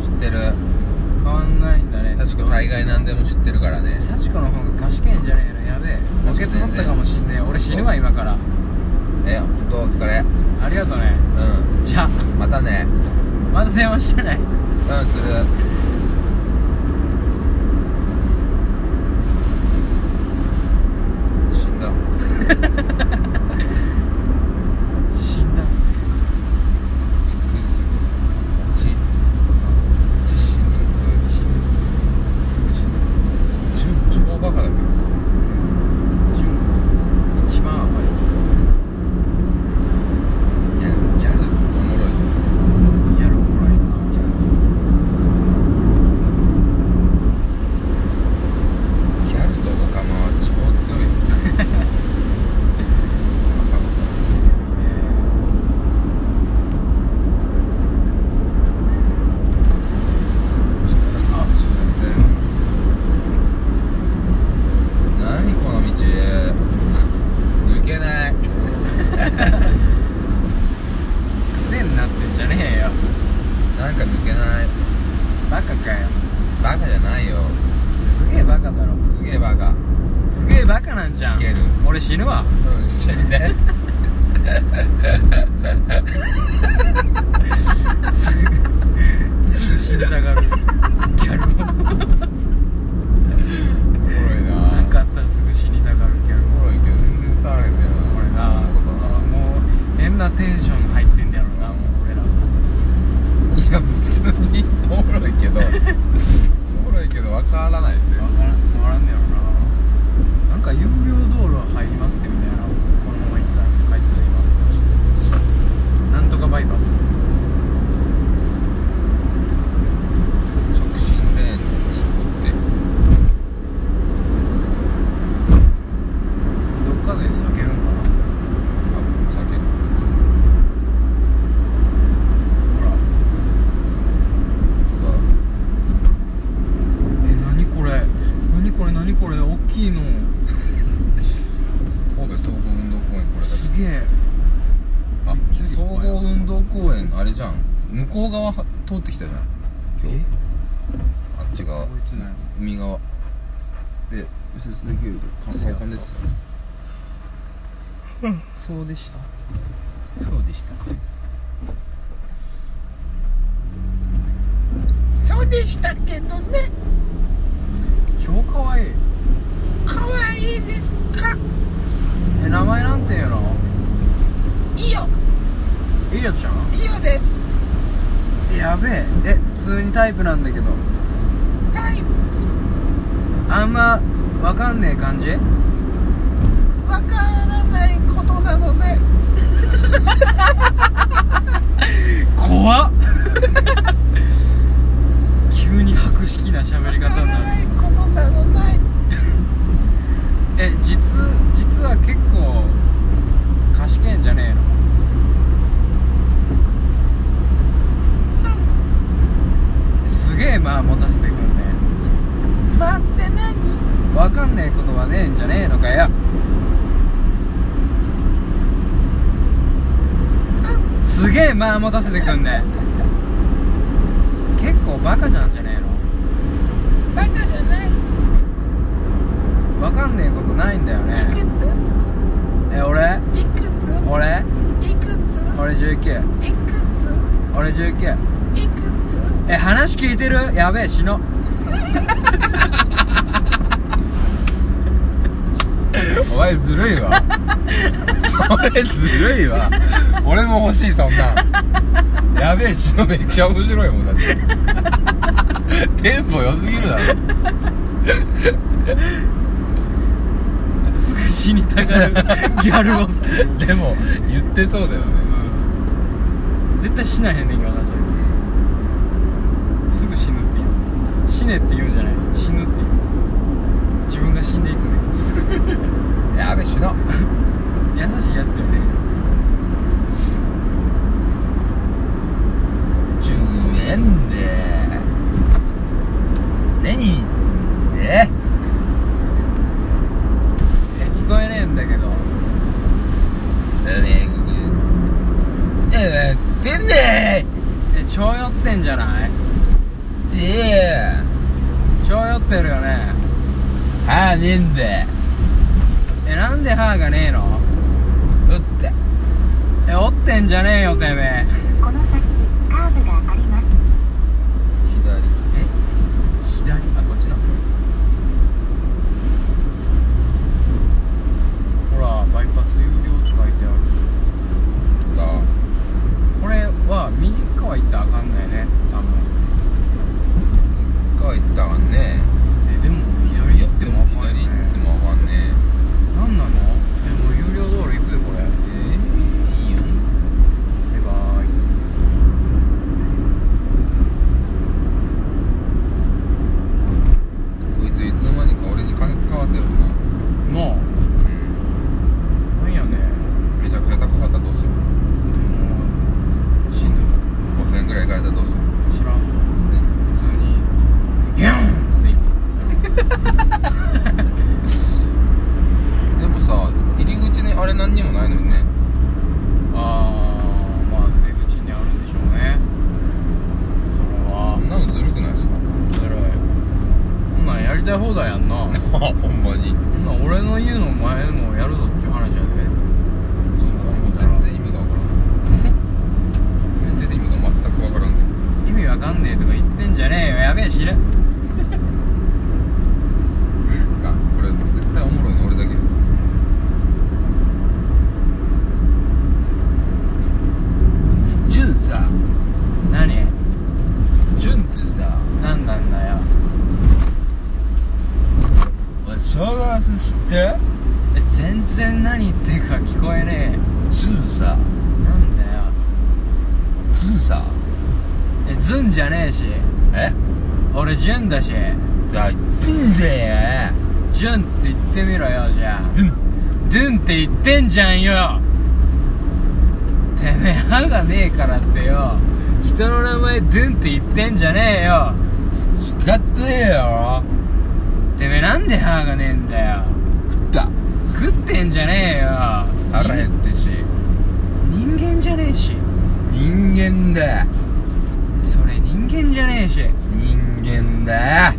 Speaker 1: 知ってる
Speaker 2: 変わんないんだね
Speaker 1: 確か大概何でも知ってるからね
Speaker 2: 幸子の方が賢いんじゃねえのやべえ
Speaker 1: 確
Speaker 2: 補
Speaker 1: かにね
Speaker 2: 欠持ったかもしんねえ俺死ぬわ今から
Speaker 1: え本当お疲れ
Speaker 2: ありがとうね
Speaker 1: う
Speaker 2: じゃあ
Speaker 1: んまたね
Speaker 2: また電話してね
Speaker 1: うんする死んだ
Speaker 2: 死んだ
Speaker 1: びっくりする血血死ぬ
Speaker 2: 普通に死ぬ
Speaker 1: すぐ死ぬ超超バカだけど
Speaker 2: 一万
Speaker 1: い
Speaker 2: 余
Speaker 1: やギャグおもろいよ
Speaker 2: りやろうこら
Speaker 1: ギャグギャルとオカマは超強いよあ死んだよ何この道抜けない
Speaker 2: 癖になってんじゃねえよ
Speaker 1: なんか抜けない
Speaker 2: バカかよ
Speaker 1: バカじゃないよ
Speaker 2: すげえバカだろ
Speaker 1: すげえバカ
Speaker 2: すげえバカなんじゃん
Speaker 1: いける
Speaker 2: 俺死ぬわ
Speaker 1: うん死んで
Speaker 2: すぐ死んだがるギャルも
Speaker 1: おもろいな
Speaker 2: なんかあったらすぐ死にたがるギャル
Speaker 1: お
Speaker 2: も
Speaker 1: もろいけど全然伝われてるな
Speaker 2: 俺なもう変なテンション入ってんだやろなもう俺ら
Speaker 1: いや別におもろいけどおもろいけどわからないって
Speaker 2: わからんつまらんねやろななんか有料道路入りますよみたいなこのまま行ったら書いてた今なんとかバイパス
Speaker 1: 直進レーンに行って
Speaker 2: どっかで避けるんか
Speaker 1: あ
Speaker 2: な
Speaker 1: 酒飲むと思う
Speaker 2: ほら
Speaker 1: とか
Speaker 2: え何これ何これ何これ大きいの
Speaker 1: 神戸総合運動公園これだけ
Speaker 2: すげえ
Speaker 1: あ
Speaker 2: めっちゃ立
Speaker 1: 総
Speaker 2: 派や
Speaker 1: 合運動公園あれじゃん向こう側は通ってきたじゃん
Speaker 2: え
Speaker 1: あっち側
Speaker 2: 覚えてない
Speaker 1: 海側で右折できる看板看板ですよ
Speaker 2: そうでした
Speaker 1: そうでしたそうでしたけどね
Speaker 2: 超かわいい
Speaker 1: 可愛いですか
Speaker 2: え名前なんていうの
Speaker 1: いよ
Speaker 2: エイヤちゃん
Speaker 1: いよです
Speaker 2: やべええ普通にタイプなんだけど
Speaker 1: タイプ
Speaker 2: あんまわかんねえ感じ
Speaker 1: わからないことなので
Speaker 2: 怖っ 急に博識な喋り方になる
Speaker 1: ことなので
Speaker 2: え実実は結構賢いんじゃねえのすげえまあ持たせてくんね
Speaker 1: 待って何
Speaker 2: わかんねえことはねえんじゃねえのかよすげえ間持たせてくんね結構バカじゃんじゃねえ
Speaker 1: バカじゃない
Speaker 2: のわかんねえことないんだよね
Speaker 1: つ
Speaker 2: え俺
Speaker 1: いくつ
Speaker 2: 俺
Speaker 1: いくつ
Speaker 2: 俺19
Speaker 1: いく
Speaker 2: 俺19
Speaker 1: ついくつ
Speaker 2: え話聞いてるやべえ死の
Speaker 1: お前ずるいわそれずるいわ俺も欲しいそんなんやべえしのめっちゃ面白いもんだってテンポ良すぎるだろ
Speaker 2: すぐ死にたがる ギャルを
Speaker 1: でも言ってそうだよね
Speaker 2: 絶対死なへんねんけどなそいつすぐ死ぬって言う死ねって言うんじゃない死ぬって言う自分が死んでいくね
Speaker 1: やべえしの
Speaker 2: 優しいやつよね
Speaker 1: 10円で何で
Speaker 2: え聞こえねえんだけど
Speaker 1: ええええでんね
Speaker 2: え超酔ってんじゃない
Speaker 1: って
Speaker 2: 超酔ってるよね
Speaker 1: 歯ねえんだよ
Speaker 2: えなんで歯がねえの
Speaker 1: うって
Speaker 2: え折ってんじゃねえよてめえ
Speaker 3: この先カーブがあります
Speaker 1: 左
Speaker 2: 左あこっちなほらバイパス有料って書いてある
Speaker 1: とか
Speaker 2: これは右側行ったらあかんないね多分
Speaker 1: 一回行ったわね
Speaker 2: えでも
Speaker 1: 左
Speaker 2: 左
Speaker 1: や
Speaker 2: 行
Speaker 1: っ
Speaker 2: ってて
Speaker 1: も
Speaker 2: も
Speaker 1: 左行って
Speaker 2: も
Speaker 1: もあかんね
Speaker 2: 何なのえもう有料道路行くでこれ
Speaker 1: えー、いいよ
Speaker 2: バイバーイ
Speaker 1: こいついつの間にか俺に金使わせよるな
Speaker 2: も
Speaker 1: う
Speaker 2: うなんやね
Speaker 1: んめちゃくちゃ高かったらどうする
Speaker 2: もう死ぬ
Speaker 1: 5000円ぐらいいかれたらどうする
Speaker 2: 知らん普通にギュンっつって行く
Speaker 1: でもさ入り口にあれ何にもないのにね
Speaker 2: あーまあ出口にあるんでしょうねそれ
Speaker 1: そ
Speaker 2: は
Speaker 1: んなのずるくないですか
Speaker 2: ずるいこんなんやりたい放題やんな
Speaker 1: あほんまに
Speaker 2: こんなん俺の家の前でもやるぞっちゅう話やでそんなん見たら
Speaker 1: 全然意味がわからん 全然意味が全くわからんけど
Speaker 2: 意味わかんねえとか言ってんじゃねえよやべえ知れ
Speaker 1: あこれもう絶対おもろいの俺だけやジュンさ
Speaker 2: 何
Speaker 1: ジュンってさ
Speaker 2: 何なんだよ
Speaker 1: おい正月知って
Speaker 2: え全然何言ってるか聞こえね
Speaker 1: ズンさ
Speaker 2: えなんだよ
Speaker 1: ズンさ
Speaker 2: えズンじゃねえし
Speaker 1: え
Speaker 2: 俺ジュンだし
Speaker 1: だいってんだよ
Speaker 2: ジュンって言ってみろよじゃあ
Speaker 1: ズン
Speaker 2: ドゥンって言ってんじゃんよてめえ歯がねえからってよ人の名前ドゥンって言ってんじゃねえよ
Speaker 1: 使ってよ
Speaker 2: てめえなんで歯がねえんだよ
Speaker 1: 食った
Speaker 2: 食ってんじゃねえよ
Speaker 1: 腹減ってし
Speaker 2: 人間じゃねえし
Speaker 1: 人間だ
Speaker 2: それ人間じゃねえし
Speaker 1: 人間だ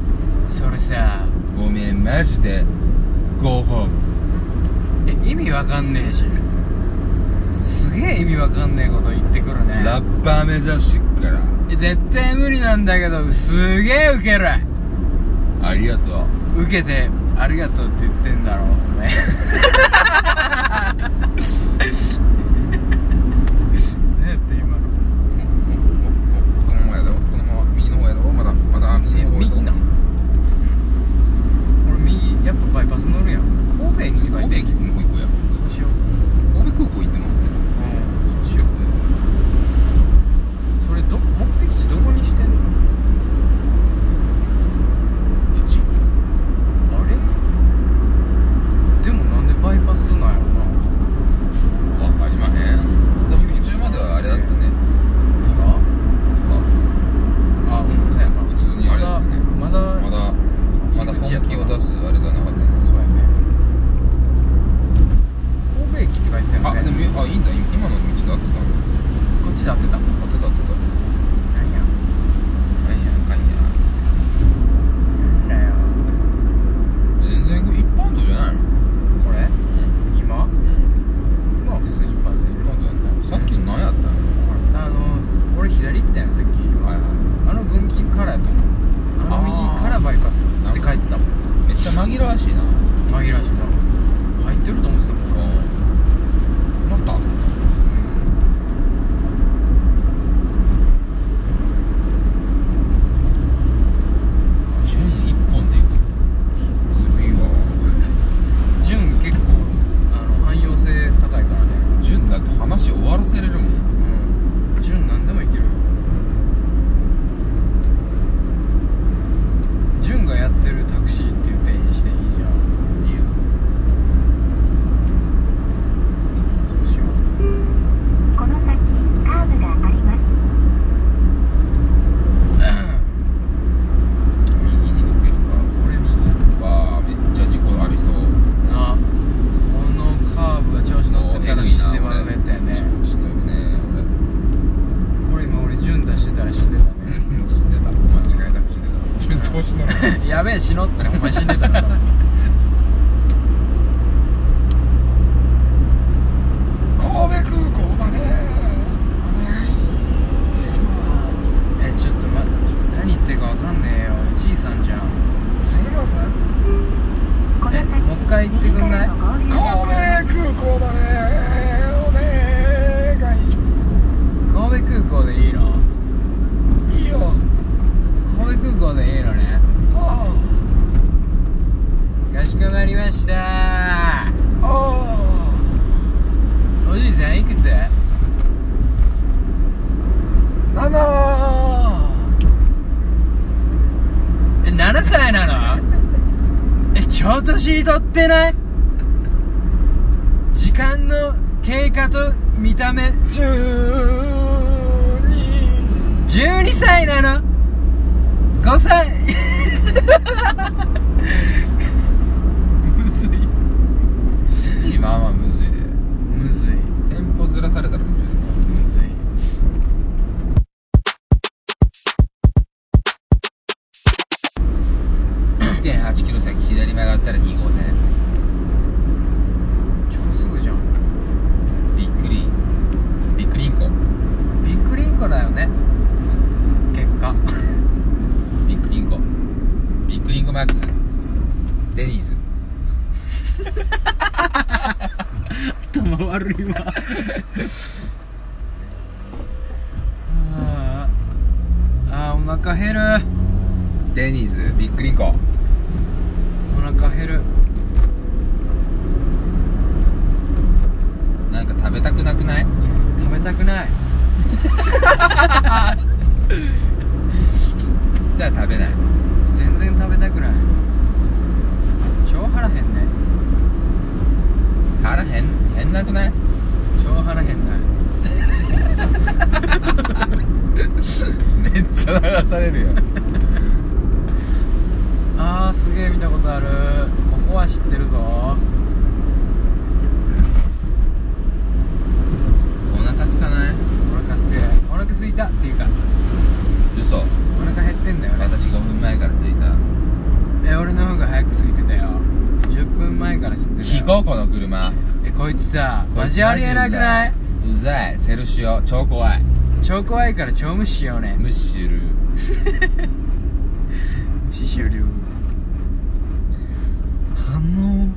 Speaker 2: それさ
Speaker 1: ごめんマジでごほん
Speaker 2: え意味わかんねえしすげえ意味わかんねえこと言ってくるね
Speaker 1: ラッパー目指してっから
Speaker 2: え絶対無理なんだけどすげえウケる
Speaker 1: ありがとう
Speaker 2: 受けてありがとうって言ってんだろお 前ねえって今
Speaker 1: お
Speaker 2: の
Speaker 1: おおおこのままやだろこのまま右の方やだろまだまだ右の方やだろ
Speaker 2: 右な俺右やっぱバイパス乗るやん神戸駅とか
Speaker 1: 神
Speaker 2: 行
Speaker 1: 戸
Speaker 2: って
Speaker 1: 駅の方行こうや
Speaker 2: そうしよう
Speaker 1: 神戸空港行っても
Speaker 2: うんそうしようそれど目的地どこにしてんの
Speaker 1: うち
Speaker 2: あれでもなんでバイパスなんやろな
Speaker 1: わかりまへんでも途中まではあれだったね
Speaker 2: なんか
Speaker 1: なんか
Speaker 2: あうんそうやな
Speaker 1: 普通にあれだったね
Speaker 2: まだ
Speaker 1: まだまだ本気を出すあれがなかったんです
Speaker 2: そうやね神戸駅って書いてた
Speaker 1: あ
Speaker 2: よね
Speaker 1: でもあいいんだ今今の道だってたんだ
Speaker 2: こっちで合ってた
Speaker 1: 当てた当てた
Speaker 2: 何や
Speaker 1: なんやかんや
Speaker 2: だよ
Speaker 1: 全然一般道じゃないの
Speaker 2: これ
Speaker 1: うん
Speaker 2: 今
Speaker 1: うん
Speaker 2: まあ普通に一般で
Speaker 1: 一般道やんなさっきの何やったんや
Speaker 2: あの俺左行ったやんさっき
Speaker 1: ろはいは
Speaker 2: あの分岐からやと思うあの
Speaker 1: あー
Speaker 2: 右からバイパス
Speaker 1: な
Speaker 2: っ
Speaker 1: る
Speaker 2: て
Speaker 1: ほど
Speaker 2: 書いてたもん
Speaker 1: いめっちゃ紛らわしいなうん
Speaker 2: 紛らわしいな入ってると思ってたもん俺
Speaker 1: またと思った純一本で行くずずるいわ
Speaker 2: 純結構あの汎用性高いからね
Speaker 1: 純だって話終わらせれるもん
Speaker 2: うん純何でもいけるよ純がやってるタクシーっていう定義していいじゃん
Speaker 1: いいよ調子乗るな
Speaker 2: やべえ死のうって言ってお前死んでたから
Speaker 1: 神戸空港までお願いしま
Speaker 2: えちょっと待って何言ってるかわかんねえよおじいさんじゃん
Speaker 1: すすいません
Speaker 3: この先
Speaker 2: もう一回言ってくんない
Speaker 3: 右からの合流
Speaker 1: 神戸空港までお願いしま
Speaker 2: 神戸空港でいいの
Speaker 1: すいいよ
Speaker 2: 神戸空港でいいのね
Speaker 1: あ
Speaker 2: かしこまりました
Speaker 1: ああ
Speaker 2: おじいさんいくつ
Speaker 1: あなな
Speaker 2: え7歳な のえちょうどしとってない時間の経過と見た目
Speaker 1: 十二
Speaker 2: 12歳なの5歳むずい
Speaker 1: 今はむずいで
Speaker 2: むずい
Speaker 1: テンポずらされたらむずい
Speaker 2: むずい
Speaker 1: 1.8キロ先左曲がったら2号線
Speaker 2: 超すぐじゃん
Speaker 1: びっくりびっくりんこ
Speaker 2: ビッグリンコだよね結果
Speaker 1: ビッグリンコビッグリンコマックスデニーズ
Speaker 2: 頭悪いわあーあーお腹減る
Speaker 1: デニーズビッグリンコ
Speaker 2: お腹減る
Speaker 1: なんか食べたくなくない
Speaker 2: 食べたくない
Speaker 1: じゃあ食べない
Speaker 2: 全然食べたくない超腹減んね
Speaker 1: 腹へんへんなくない
Speaker 2: 超腹減んない
Speaker 1: めっちゃ流されるよ
Speaker 2: あーすげえ見たことあるここは知ってるぞ
Speaker 1: お腹すかない
Speaker 2: お腹すげえお腹すいたっていうか
Speaker 1: 嘘
Speaker 2: お腹減ってんだよね
Speaker 1: 私5分前から着いた
Speaker 2: え俺の方が早く空いてたよ10分前から吸ってた
Speaker 1: 飛
Speaker 2: よ
Speaker 1: 行機の車
Speaker 2: えこいつさ
Speaker 1: こい
Speaker 2: マ
Speaker 1: つ
Speaker 2: ジありえなくないう
Speaker 1: ざいうざいセルシオ超怖い
Speaker 2: 超怖いから超無視しようね
Speaker 1: むしる
Speaker 2: 視終了
Speaker 1: 反応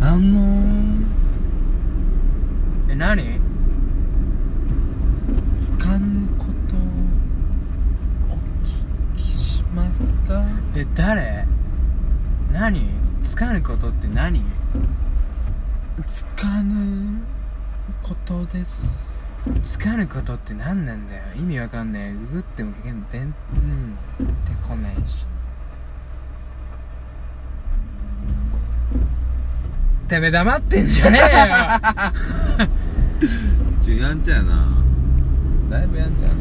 Speaker 1: あの
Speaker 2: え何
Speaker 1: つかぬことをお聞きしますか
Speaker 2: え誰何つかぬことって何
Speaker 1: つかぬことです
Speaker 2: つかぬことって何なんだよ意味わかんねえググっても結局でんうん出てこないしてめえ黙ってんじゃねえよ
Speaker 1: ちょやんちゃやなだいぶやんちゃやな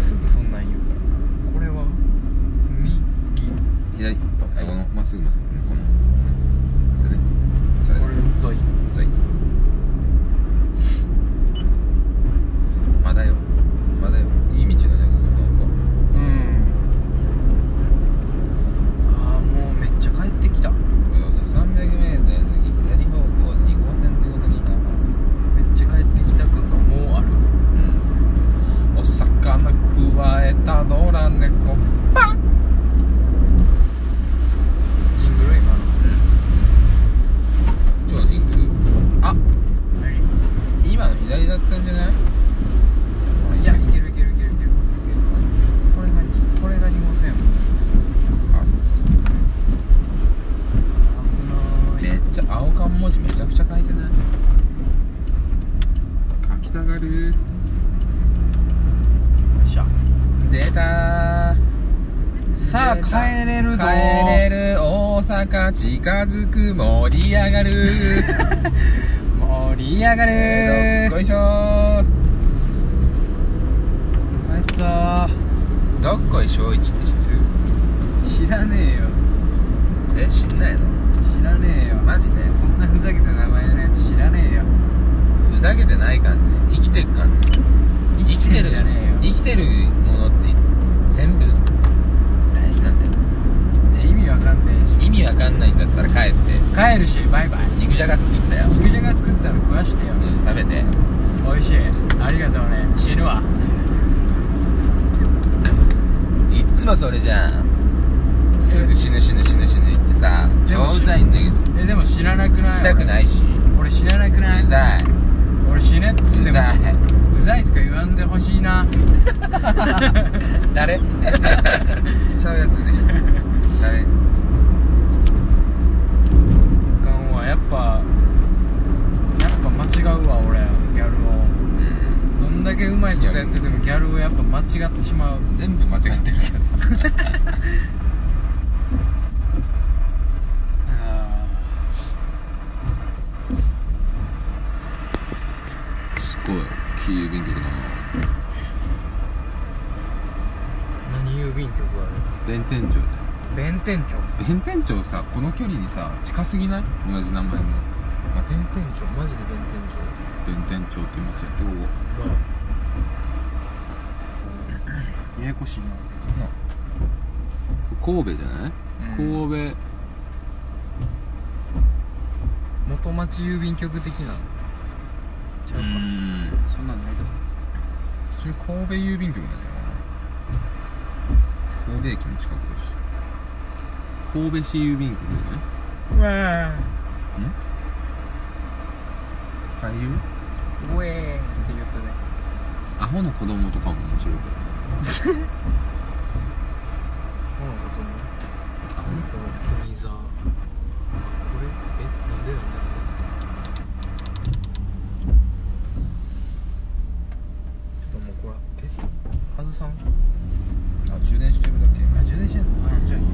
Speaker 2: すぐそんなん言うからこれはミッキー
Speaker 1: 左あこのまっすぐまっすぐこのこれねそれ
Speaker 2: これ沿い
Speaker 1: それまだよまだよいい道だねここなんか
Speaker 2: うんああもうめっちゃ帰ってきため
Speaker 1: およそ 300m 先左方向2号線でございます
Speaker 2: っちゃ帰ってきた感がもうある
Speaker 1: うんお魚くわえたドラ猫
Speaker 2: ジングル今の
Speaker 1: 超ジングルあ
Speaker 2: 何
Speaker 1: 今の左だったんじゃないまあ
Speaker 2: いやいけるいけるいけるいけるこれがこれが日本線
Speaker 1: あそう
Speaker 2: 危な
Speaker 1: めっ
Speaker 2: い
Speaker 1: ちゃ青缶文字めちゃくちゃ書いてない書きたがる
Speaker 2: よっしゃ
Speaker 1: 出た
Speaker 2: さあ帰れるぞ
Speaker 1: 帰れる大阪近づく盛り上が る
Speaker 2: 盛り上が
Speaker 1: えー
Speaker 2: れ
Speaker 1: どっこいしょー
Speaker 2: 帰った
Speaker 1: どっこい小一って知ってる
Speaker 2: 知らねえよ
Speaker 1: え知んないの
Speaker 2: 知らねえよ
Speaker 1: マジで
Speaker 2: そんなふざけた名前のやつ知らねえよ
Speaker 1: ふざけてないないかんね生きてっかんね
Speaker 2: 生きてるじゃねえ
Speaker 1: 生きてるものって全部大事なんだよ
Speaker 2: よで意味わかんねえし
Speaker 1: 意味わかんないんだったら帰って
Speaker 2: 帰るしバイバイ
Speaker 1: 肉じゃが作ったよ、
Speaker 2: 肉じゃが作ったの食わしてよ
Speaker 1: うん、食べて
Speaker 2: 美味しいありがとうね死ぬわ
Speaker 1: いっつもそれじゃんすぐ死ぬ死ぬ死ぬ死ぬ言ってさ
Speaker 2: でも
Speaker 1: 超うざいんだけど
Speaker 2: えでも死ななくない
Speaker 1: 行きたくないし
Speaker 2: 俺死ななくないう
Speaker 1: ざい
Speaker 2: 俺死ねって言って
Speaker 1: う
Speaker 2: も
Speaker 1: ざいう
Speaker 2: ざいとか言わんでほしいな
Speaker 1: 誰ちゃうやつでした誰
Speaker 2: かんわやっぱやっぱ間違うわ俺ギャルを
Speaker 1: うん
Speaker 2: どんだけうまいことやっててもギャルをやっぱ間違ってしまう
Speaker 1: 全部間違ってるけどすごい郵便局だな
Speaker 2: 何郵便局あ
Speaker 1: 弁天町だよ
Speaker 2: る弁天町
Speaker 1: 弁天町さこの距離にさ近すぎない同じ名前の町
Speaker 2: 弁天町マジで弁天
Speaker 1: 弁天町って町やってここ
Speaker 2: 町ややこしいな
Speaker 1: 神戸じゃない、
Speaker 2: うん
Speaker 1: 神戸
Speaker 2: 元町郵便局的なのちゃうかそんなんないか
Speaker 1: それ神戸郵便局なんじゃないかな神戸駅の近くだし神戸市郵便局じゃないう
Speaker 2: わー
Speaker 1: 海遊
Speaker 2: ウェーンって言っ
Speaker 1: ア
Speaker 2: たね
Speaker 1: ホの子供とかも面白いけどね
Speaker 2: ほのことね
Speaker 1: アホの
Speaker 2: このキャニザこれえなんでなんだちょっともうこれえハズさん
Speaker 1: あ充電してるだけ
Speaker 2: あ充電してんのあじゃあいいよ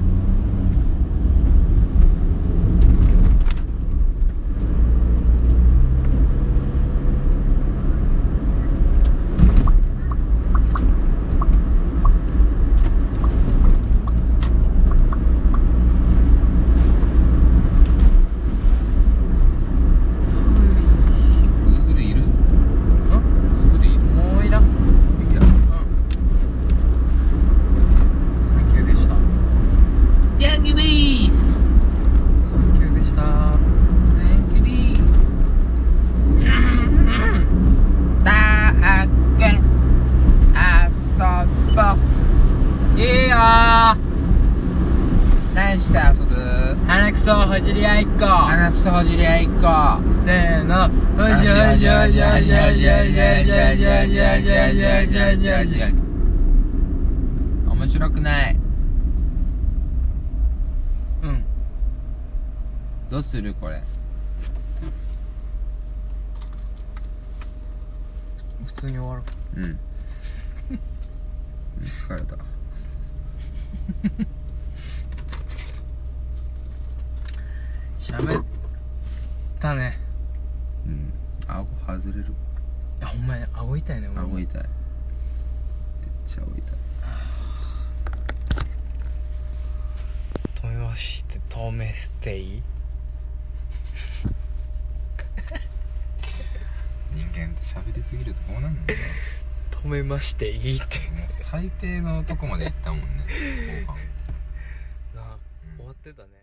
Speaker 1: グーグルいるグーグルいる
Speaker 2: もういらんうん
Speaker 1: いや
Speaker 2: サンキューでした
Speaker 1: ジャンキュービース
Speaker 2: サンキューでした
Speaker 1: サンキュービースだあけん遊ぼう
Speaker 2: いいよー
Speaker 1: 何して遊ぶ
Speaker 2: 鼻くそほじり合いっこ
Speaker 1: 鼻くそほじり合い行こう
Speaker 2: せーのほ
Speaker 1: よし
Speaker 2: じ
Speaker 1: よ
Speaker 2: ほ
Speaker 1: し
Speaker 2: じ
Speaker 1: よ
Speaker 2: ほ
Speaker 1: し
Speaker 2: じ
Speaker 1: よ
Speaker 2: ほ
Speaker 1: し
Speaker 2: じ
Speaker 1: よ
Speaker 2: ほ
Speaker 1: し
Speaker 2: じ
Speaker 1: よ
Speaker 2: ほ
Speaker 1: し
Speaker 2: じ
Speaker 1: よしよしよしよしよしよしよしよしよし面白くない
Speaker 2: うん
Speaker 1: どうするこれ
Speaker 2: 普通に終わろう
Speaker 1: うん疲れた
Speaker 2: 喋ったね
Speaker 1: うん顎外れる
Speaker 2: あほんまや顎痛いね俺
Speaker 1: 顎痛いめっちゃ顎痛い
Speaker 4: 豊橋って透明ステイ
Speaker 1: 人間って喋りすぎるとこうなるんだよね
Speaker 4: 止めましていいって
Speaker 1: もう最低のとこまで行ったもんね後半
Speaker 4: なあ
Speaker 1: うん
Speaker 4: 終わってたね